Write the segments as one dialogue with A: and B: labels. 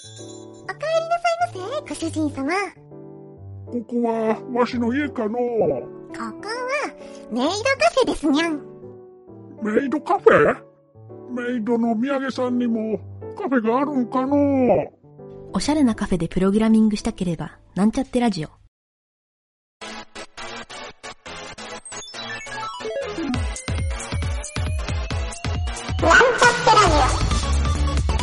A: お帰りなさいませ、ご主人様。
B: ここはわしの家か
A: こ
B: の
A: こは、メイドカフェですにゃん。
B: メイドカフェメイドの土産さんにもカフェがあるんかの
C: おしゃれなカフェでプログラミングしたければ、なんちゃってラジオ。
A: なんちゃってラジオ。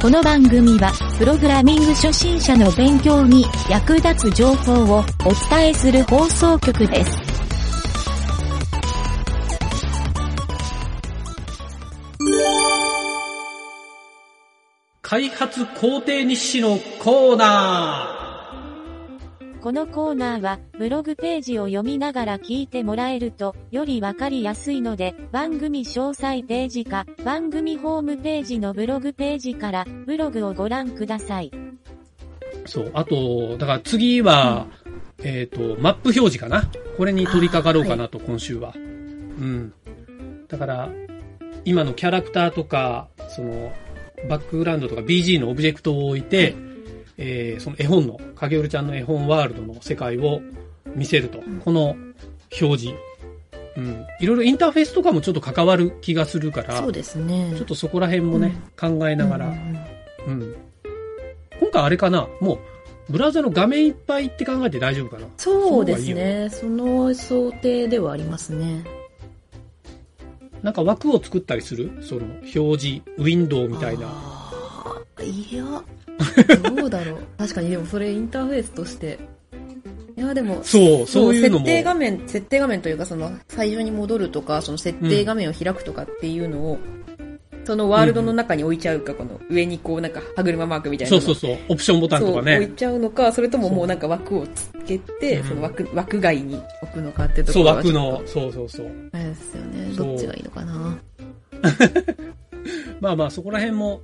D: この番組は、プログラミング初心者の勉強に役立つ情報をお伝えする放送局です。
E: 開発工程日誌のコーナ
D: このコーナーは、ブログページを読みながら聞いてもらえると、よりわかりやすいので、番組詳細ページか、番組ホームページのブログページから、ブログをご覧ください。
E: ー。そう、あと、だから次は、えっ、と、マップ表示かな。これに取り掛かろうかなと、今週は。うん。だから、今のキャラクターとか、その、バックグラウンドとか BG のオブジェクトを置いて、えーその絵本の、影るちゃんの絵本ワールドの世界を見せると。この表示。うん。いろいろインターフェースとかもちょっと関わる気がするから、
C: そうですね。
E: ちょっとそこら辺もね、考えながら、
C: うん
E: うん。今回あれかなもう、ブラウザの画面いっぱいって考えて大丈夫かな
C: そうで
E: その方
C: す
E: がいい
C: ね。その想定ではありますね。
E: なんか枠を作ったりするその、表示、ウィンドウみたいな。
C: あーいや、どうだろう。 確かに、でもそれインターフェースとして。いや、でも、
E: そう、そういうのも
C: 設。定画面、設定画面というか、その、最初に戻るとか、その設定画面を開くとかっていうのを、そのワールドの中に置いちゃうか、この上にこう、なんか、歯車マークみたいな
E: そ
C: の。
E: うそうそう。オプションボタンとか
C: そう置
E: ね
C: い。ちゃうのか、それとももうなんか枠をつけて、
E: うん
C: その枠、枠外に置くのかってとこ
E: そう、
C: ろは
E: 枠
C: ちょっと
E: の。そうそうそう。
C: あれですよね。
E: そう
C: どっちがいいのかな。
E: まあまあ、そこら辺も、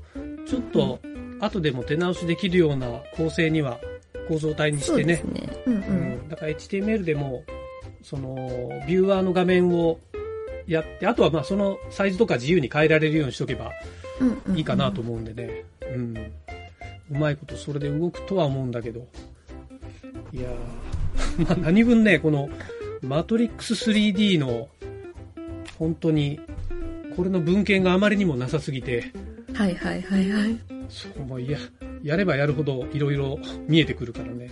E: ちょっと、後でも手直しできるような構成には、構造体にし
C: そう
E: て
C: で
E: ね
C: す。ね。うんう。
E: うんん、だから HTML でも、その、ビューアーの画面をやって、あとはまあそのサイズとか自由に変えられるようにしとけば
C: うんうん
E: いいかなと思うんでね。うん。うまいことそれで動くとは思うんだけど。いやー、ま あ何分ね、この、マトリックス 3D の、本当に、これの文献があまりにもなさすぎて、
C: はいはいはいはい。
E: そうもういや、やればやるほどいろいろ見えてくるからね。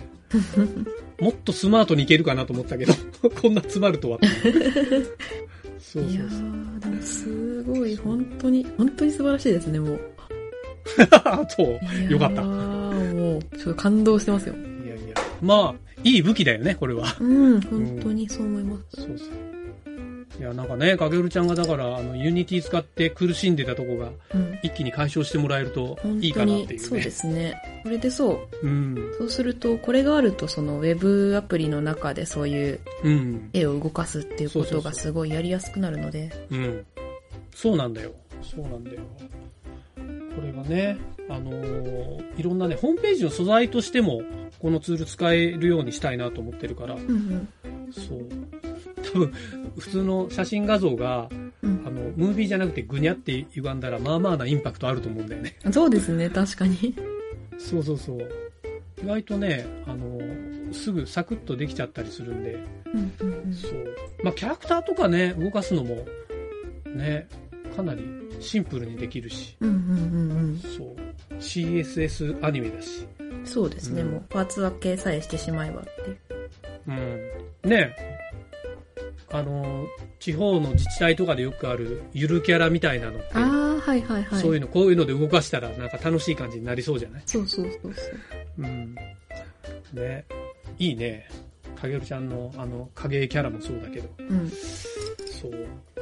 E: もっとスマートにいけるかなと思ってたけど、 こんな詰まるとは。そう
C: い
E: そ
C: や
E: う そう。
C: ー、でもすごい、本当に、本当に素晴らしいですね、もう。
E: そう、よかった
C: いや。ーもう、ちょっと感動してますよ。
E: いやいや。まあ、いい武器だよね、これは。
C: うん、本当にそう思いま
E: そ
C: す。
E: うそう。いや、なんかね、かげるちゃんがだから、あの、ユニティ使って苦しんでたとこが、
C: うん。
E: 一気に解消してもらえると
C: 本
E: いい
C: 当
E: かなっ
C: に
E: ていうね。
C: そうですね。これでそ
E: う
C: う、
E: ん。
C: そうすると、これがあると、そのウェブアプリの中でそういう
E: うん。
C: 絵を動かすっていうこ
E: そうそう
C: と
E: そう
C: がすごいやりやすくなるので。
E: うん。そうなんだよ。そうなんだよ。これはね、あのーいろんなね、ホームページの素材としても、このツール使えるようにしたいなと思ってるから、
C: うん
E: そう。多分、普通の写真画像が、あ
C: うん。
E: の、ムービーじゃなくてぐにゃって歪んだら、まあまあなインパクトあると思うんだよね。
C: うん。そうですね、確かに。
E: そうそうそう。意外とね、あのーすぐサクッとできちゃったりするんで、
C: うんうんうん。
E: そう。まあ、キャラクターとかね、動かすのも、ね、かなりシンプルにできるし、
C: うんうんうん
E: そう。CSS アニメだし。
C: うん。そうですね、
E: うん
C: もう、パーツ分けさえしてしまえばっていう。
E: うん。ねあのー、地方の自治体とかでよくあるゆるキャラみたいなのって、
C: ああ、はいはいはい。
E: そういうの、こういうので動かしたらなんか楽しい感じになりそうじゃない
C: そうそうそうそう。
E: うん。ねいいね。かげるちゃんのあの、影絵キャラもそうだけど。
C: うん。
E: そう。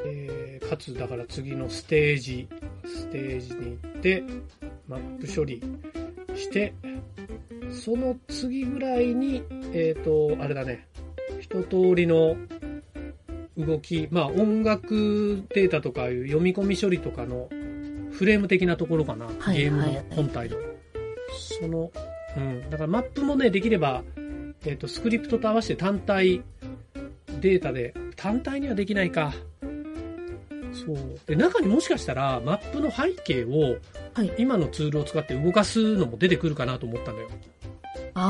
E: えー、かつ、だから次のステージ、ステージに行って、マップ処理して、その次ぐらいに、えっ、と、あれだね、一通りの動き、まあ音楽データとかいう読み込み処理とかのフレーム的なところかな、
C: はい
E: ゲーム
C: はいは
E: の
C: い
E: 本体の。その、うん、だからマップもね、できれば、えっ、と、スクリプトと合わせて単体データで、単体にはできないか。そう。で、中にもしかしたら、マップの背景を、
C: はい
E: 今のツールを使って動かすのも出てくるかなと思ったんだよ。
C: あ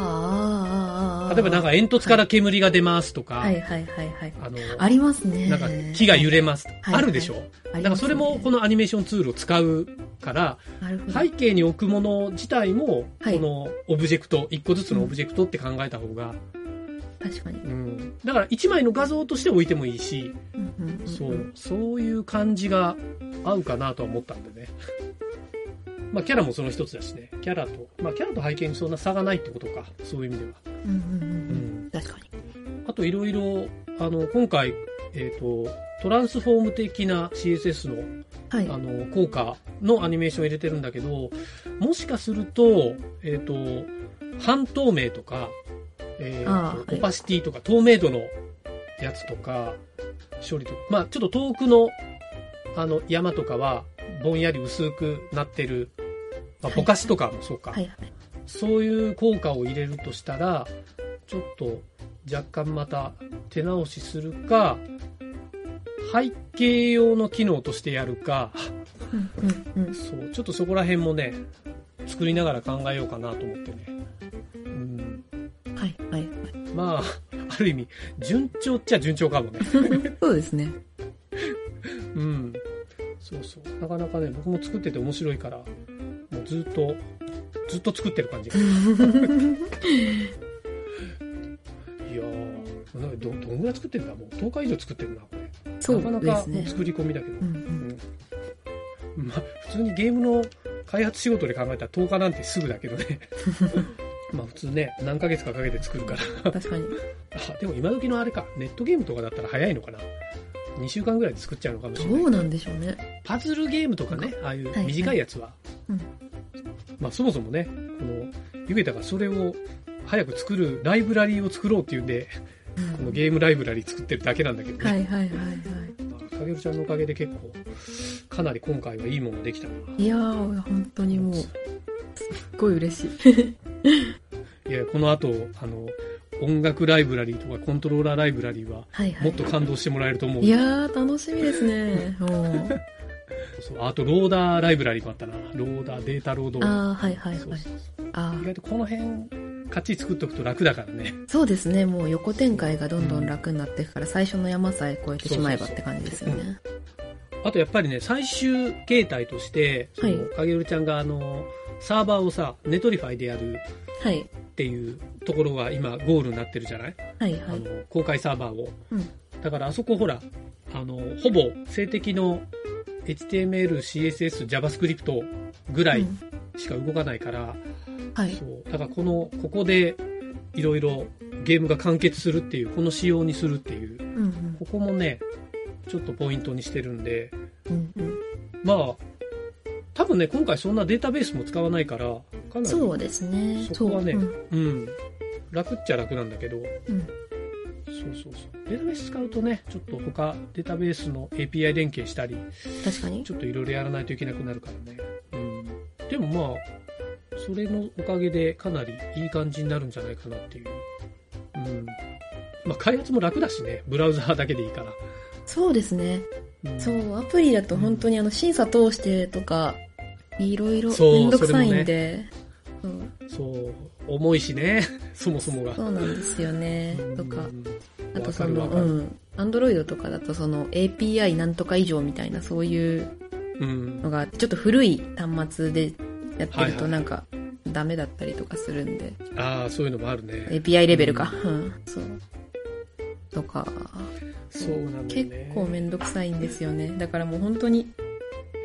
C: ーあーあーあー
E: 例えばなんか煙突から煙が出ますとか、
C: はいはいはいはい。
E: あの、
C: ありますね。
E: なんか木が揺れます、
C: はい
E: あるでしょ、
C: あります
E: だ
C: ね
E: からそれもこのアニメーションツールを使うから、
C: なるほど。
E: 背景に置くもの自体も、
C: はい
E: このオブジェクト、一個ずつのオブジェクトって考えた方が、
C: 確かに。
E: うんだから一枚の画像として置いてもいいし、
C: うんうんんん
E: そう、そういう感じが合うかなとは思ったんでね。 まあキャラもその一つだしね。キャラと、まあキャラと背景にそんな差がないってことか。そういう意味では。
C: うんうんうん
E: う
C: うん。
E: ん。
C: 確かに。
E: あといろいろ、あの、今回、えっ、と、トランスフォーム的な CSS の
C: はい。
E: あの効果のアニメーションを入れてるんだけど、もしかすると、えっ、と、半透明とか、え
C: あ
E: ー
C: ーは
E: と、
C: い
E: オパシティとか、透明度のやつとか、処理とか、まあちょっと遠くの、あの、山とかは、ぼんやり薄くなってる、まあ、
C: はい
E: ぼかしとかもそうか、
C: はいはい。
E: そういう効果を入れるとしたら、ちょっと若干また手直しするか、背景用の機能としてやるか、
C: うんうんうん。
E: そう、ちょっとそこら辺もね、作りながら考えようかなと思ってね。うん。
C: はいはいはい。
E: まあ、ある意味、順調っちゃ順調かもね。
C: そうですね。
E: うん。そうそう。なかなかね、僕も作ってて面白いから、もうずっと、ずっと作ってる 感じが。いやー、なんかど、どんぐらい作ってんだもう10日以上作ってるな、これ。
C: そう
E: なかな
C: で
E: か
C: すね。
E: 作り込みだけど。
C: うんうん。
E: まあ、普通にゲームの開発仕事で考えたら10日なんてすぐだけどね。 まあ普通ね、何ヶ月かかけて作るから。
C: 確 かに。
E: あ、でも今時のあれか、ネットゲームとかだったら早いのかな。2週間ぐらいで作っちゃうのかもしれ
C: ど。
E: ないう
C: なんでしょうね。
E: パズルゲームとかね、ああいう短いやつは。
C: はいはい
E: まあそもそもね、この、ゆげたがそれを早く作る、ライブラリーを作ろうっていうんで、このゲームライブラリー作ってるだけなんだけどね。
C: はいはいはいは
E: まあかげるちゃんのおかげで結構、かなり今回はいいものができたな。
C: い。いやー、本当にもう、すっごい嬉しい。
E: いや、この後、あの、音楽ライブラリーとかコントローラーライブラリーは、
C: はいはい。
E: もっと感動してもらえると思う。
C: いやー、楽しみです ね。うん
E: そうあと、ローダーライブラリーもあったな。ローダー、データロード。
C: あー、はいはい
E: そう
C: はい。
E: そうそう
C: あ
E: 意
C: ー
E: 外とこの辺、勝ち作っとくと楽だからね。
C: そうですね。もう横展開がどんどん楽になっていくから、最初の山さえ越えてしまえばって感じですよね。
E: あと、やっぱりね、最終形態として、その
C: はい
E: かげるちゃんが、あの、サーバーをさ、ネトリファイでやる
C: はい。
E: っていうところが今、ゴールになってるじゃない、
C: はい
E: あ
C: はい。
E: の、公開サーバーを。
C: うん
E: だから、あそこほら、あの、ほぼ、性的の HTML、CSS、JavaScript ぐらいしか動かないから、
C: はい。
E: そう。だからこの、ここで、いろいろゲームが完結するっていう、この仕様にするっていう、
C: うんうん
E: ここもね、ちょっとポイントにしてるんで、
C: うんうん。
E: まあ、多分ね、今回そんなデータベースも使わないから、かなり、
C: そうですね。
E: そこはね
C: そう
E: うん、楽っちゃ楽なんだけど、
C: うんうん
E: そうそうそう。データベース使うとね、ちょっと他、データベースの API 連携したり、
C: 確かに。
E: ちょっといろいろやらないといけなくなるからね。うん。でもまあ、それのおかげでかなりいい感じになるんじゃないかなっていう。うん。まあ開発も楽だしね。ブラウザーだけでいいから。
C: そうですね。
E: うん
C: そ。う、アプリだと本当にあの審査通してとか、いろいろ
E: そう
C: めんどくさいんで、そう,、
E: そう。重いしね。 そもそもが。
C: そうなんですよね
E: う。ん
C: とか、あ
E: わ
C: と
E: か
C: そ
E: る
C: の、
E: わかる
C: うん。アンドロイドとかだとその API なんとか以上みたいなそういう
E: うん。
C: のがあって、ちょっと古い端末でやって
E: はい
C: る
E: は
C: と
E: い
C: なんか、ダメだったりとかするんで、
E: ああ、そういうのもあるね。
C: API レベルか。うん、そう。とか、
E: そうなんだよ
C: 結
E: ね。
C: 構めんどくさいんですよね。だからもう本当に、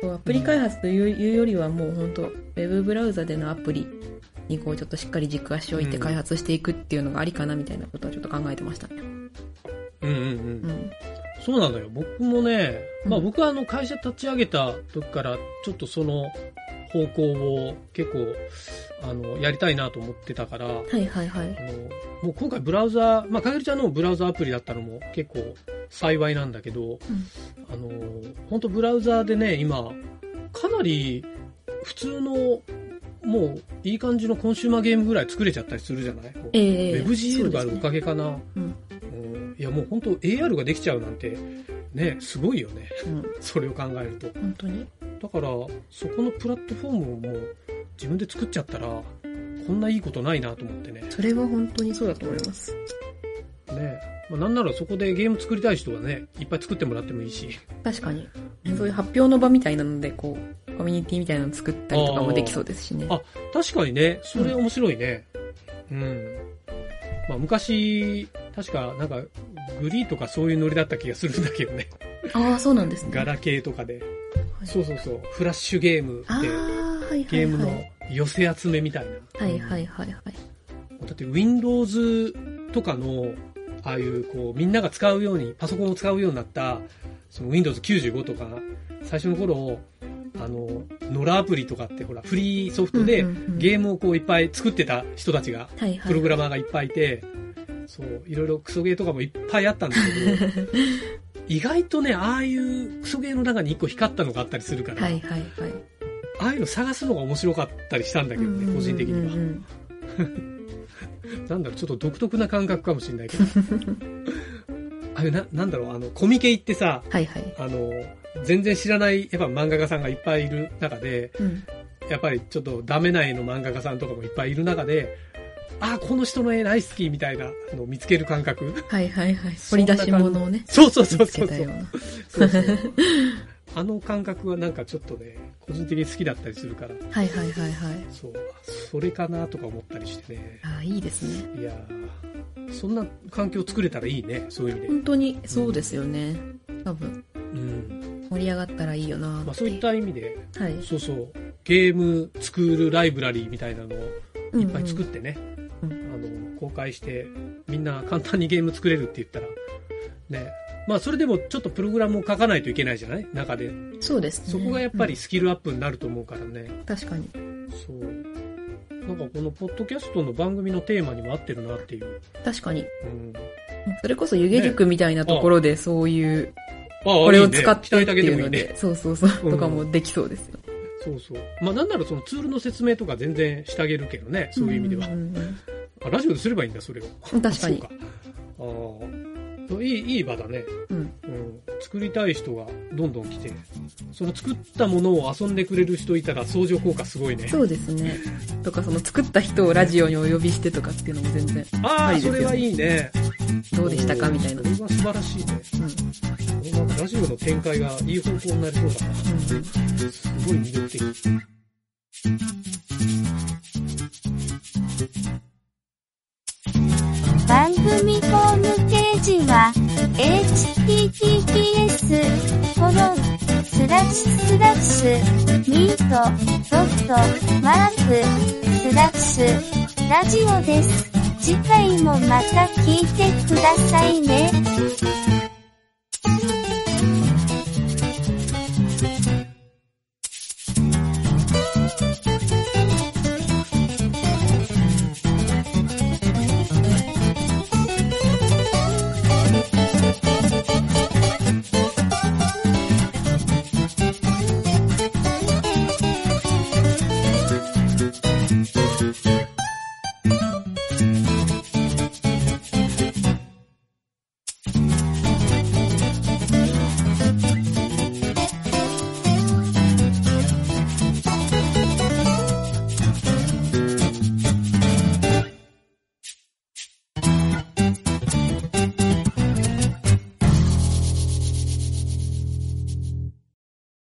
C: こうアプリ開発という,、よりはもう本当、ウェブブラウザでのアプリにこうちょっとしっかり軸足を置いて
E: うん
C: 開発していくっていうのがありかなみたいなことはちょっと考えてましたね。
E: うんうん
C: う
E: うん。
C: ん。
E: そうなのよ。僕もね、まあ
C: うん
E: 僕はあの会社立ち上げた時から、ちょっとその方向を結構、あの、やりたいなと思ってたから、
C: はいはいはい
E: あ。の、もう今回ブラウザー、まあ、かげるちゃんのブラウザアプリだったのも結構幸いなんだけど、あの、本当ブラウザーでね、今、かなり普通の、もういい感じのコンシューマーゲームぐらい作れちゃったりするじゃない、
C: ええ
E: ウェブ GL があ
C: そ
E: るお
C: うですね
E: かげかな。
C: うん
E: うんいやもう本当 AR ができちゃうなんて、ね、すごいよね。
C: うん、
E: それを考えると。
C: 本当に
E: だから、そこのプラットフォームをもう自分で作っちゃったら、こんないいことないなと思ってね。
C: それは本当にそうだと思います。
E: ね。まあ、なんならそこでゲーム作りたい人はね、いっぱい作ってもらってもいいし。
C: 確かに。そういう発表の場みたいなので、こう、コミュニティみたいなの作ったりとかもできそうですしね。
E: あ確かにね、それ面白いね。うん。まあ昔、確かなんか、グリーとかそういうノリだった気がするんだけどね。
C: ああ、そうなんですね。
E: ガラケーとかで。
C: い
E: そうそうそう。フラッシュゲーム
C: ああ、はい
E: で、ゲ
C: はい
E: ーム
C: は
E: の
C: い。
E: 寄せ集めみたいな。
C: はいはいはいはい。
E: だって Windows とかの、ああいうこう、みんなが使うように、パソコンを使うようになった、その Windows 95とか、最初の頃、あの、ノラアプリとかってほら、フリーソフトで
C: うんうんうん
E: ゲームをこういっぱい作ってた人たちが、
C: はいはい。
E: プログラマーがいっぱいいて、そう、いろいろクソゲーとかもいっぱいあったんだけ ど、意外とね、ああいうクソゲーの中に一個光ったのがあったりするから、
C: はいはいはい。
E: ああいうの探すのが面白かったりしたんだけどね、個人的には。なんだろう、ちょっと独特な感覚かもしれないけど。 あれ、な、なんだろう、あの、コミケ行ってさ、
C: はいはい。
E: あの、全然知らない、やっぱ漫画家さんがいっぱいいる中で、
C: うん。
E: やっぱりちょっとダメな絵の漫画家さんとかもいっぱいいる中で、あー、この人の絵大好きみたいなのを見つける感覚。
C: はいはいはい。
E: そ
C: 掘
E: ん
C: り
E: な
C: 出
E: 感じ
C: し物をね、
E: そうそうそう
C: つ
E: そ
C: け
E: う
C: た
E: そ
C: よう
E: う。
C: な。
E: そうそうあの感覚はなんかちょっとね、個人的に好きだったりするから、
C: はいはいはいはい。
E: そう、それかなとか思ったりしてね。
C: ああ、いいですね。
E: いやーそんな環境作れたらいいね、そういう意味で。
C: 本当にそうですよね。多分、
E: うん
C: 盛り上がったらいいよな
E: まあ、そういっ
C: った
E: 意味で、
C: て。はい。
E: そうそう、ゲーム作るライブラリーみたいなのをいっぱい作ってね、
C: うん
E: あ
C: う
E: の公開して、みんな簡単にゲーム作れるって言ったら、ね、まあ、それでもちょっとプログラムを書かないといけないじゃない中で。
C: そうですね。
E: そこがやっぱりスキルアップになると思うからね。
C: うん。確かに。
E: そう。なんかこのポッドキャストの番組のテーマにも合ってるなっていう。
C: 確かに。
E: うん、
C: それこそ湯気塾みたいなところでそういう、
E: ああ
C: これを使ってって
E: い
C: い
E: いね鍛えあげ
C: う
E: もい
C: の
E: いね
C: で、そうそうそう、
E: うん
C: とかもできそうですよ。
E: そうそう。まあ、なんならそのツールの説明とか全然してあげるけどね、そういう意味では。
C: んうんうん
E: あラジオですればいいんだ、それを。
C: 確かに
E: あそうかああ。いい、いい場だね。
C: うん。
E: うん。作りたい人がどんどん来て、その作ったものを遊んでくれる人いたら相乗効果すごいね。
C: そうですね。とか、その作った人をラジオにお呼びしてとかっていうのも全然、
E: ああ、
C: いいです
E: そ
C: よね
E: れはいいね。
C: どうでしたかみたいな。
E: こ
C: う
E: れは素晴らしいね。
C: ん。うん
E: これはラジオの展開がいい方向になりそうだな。すごい魅力的。
A: 番組ホームページは、https, コロン、スラッシュスラッシュ、ミート、ドット、マーク、スラッシュ、ラジオです。次回もまた聞いてくださいね。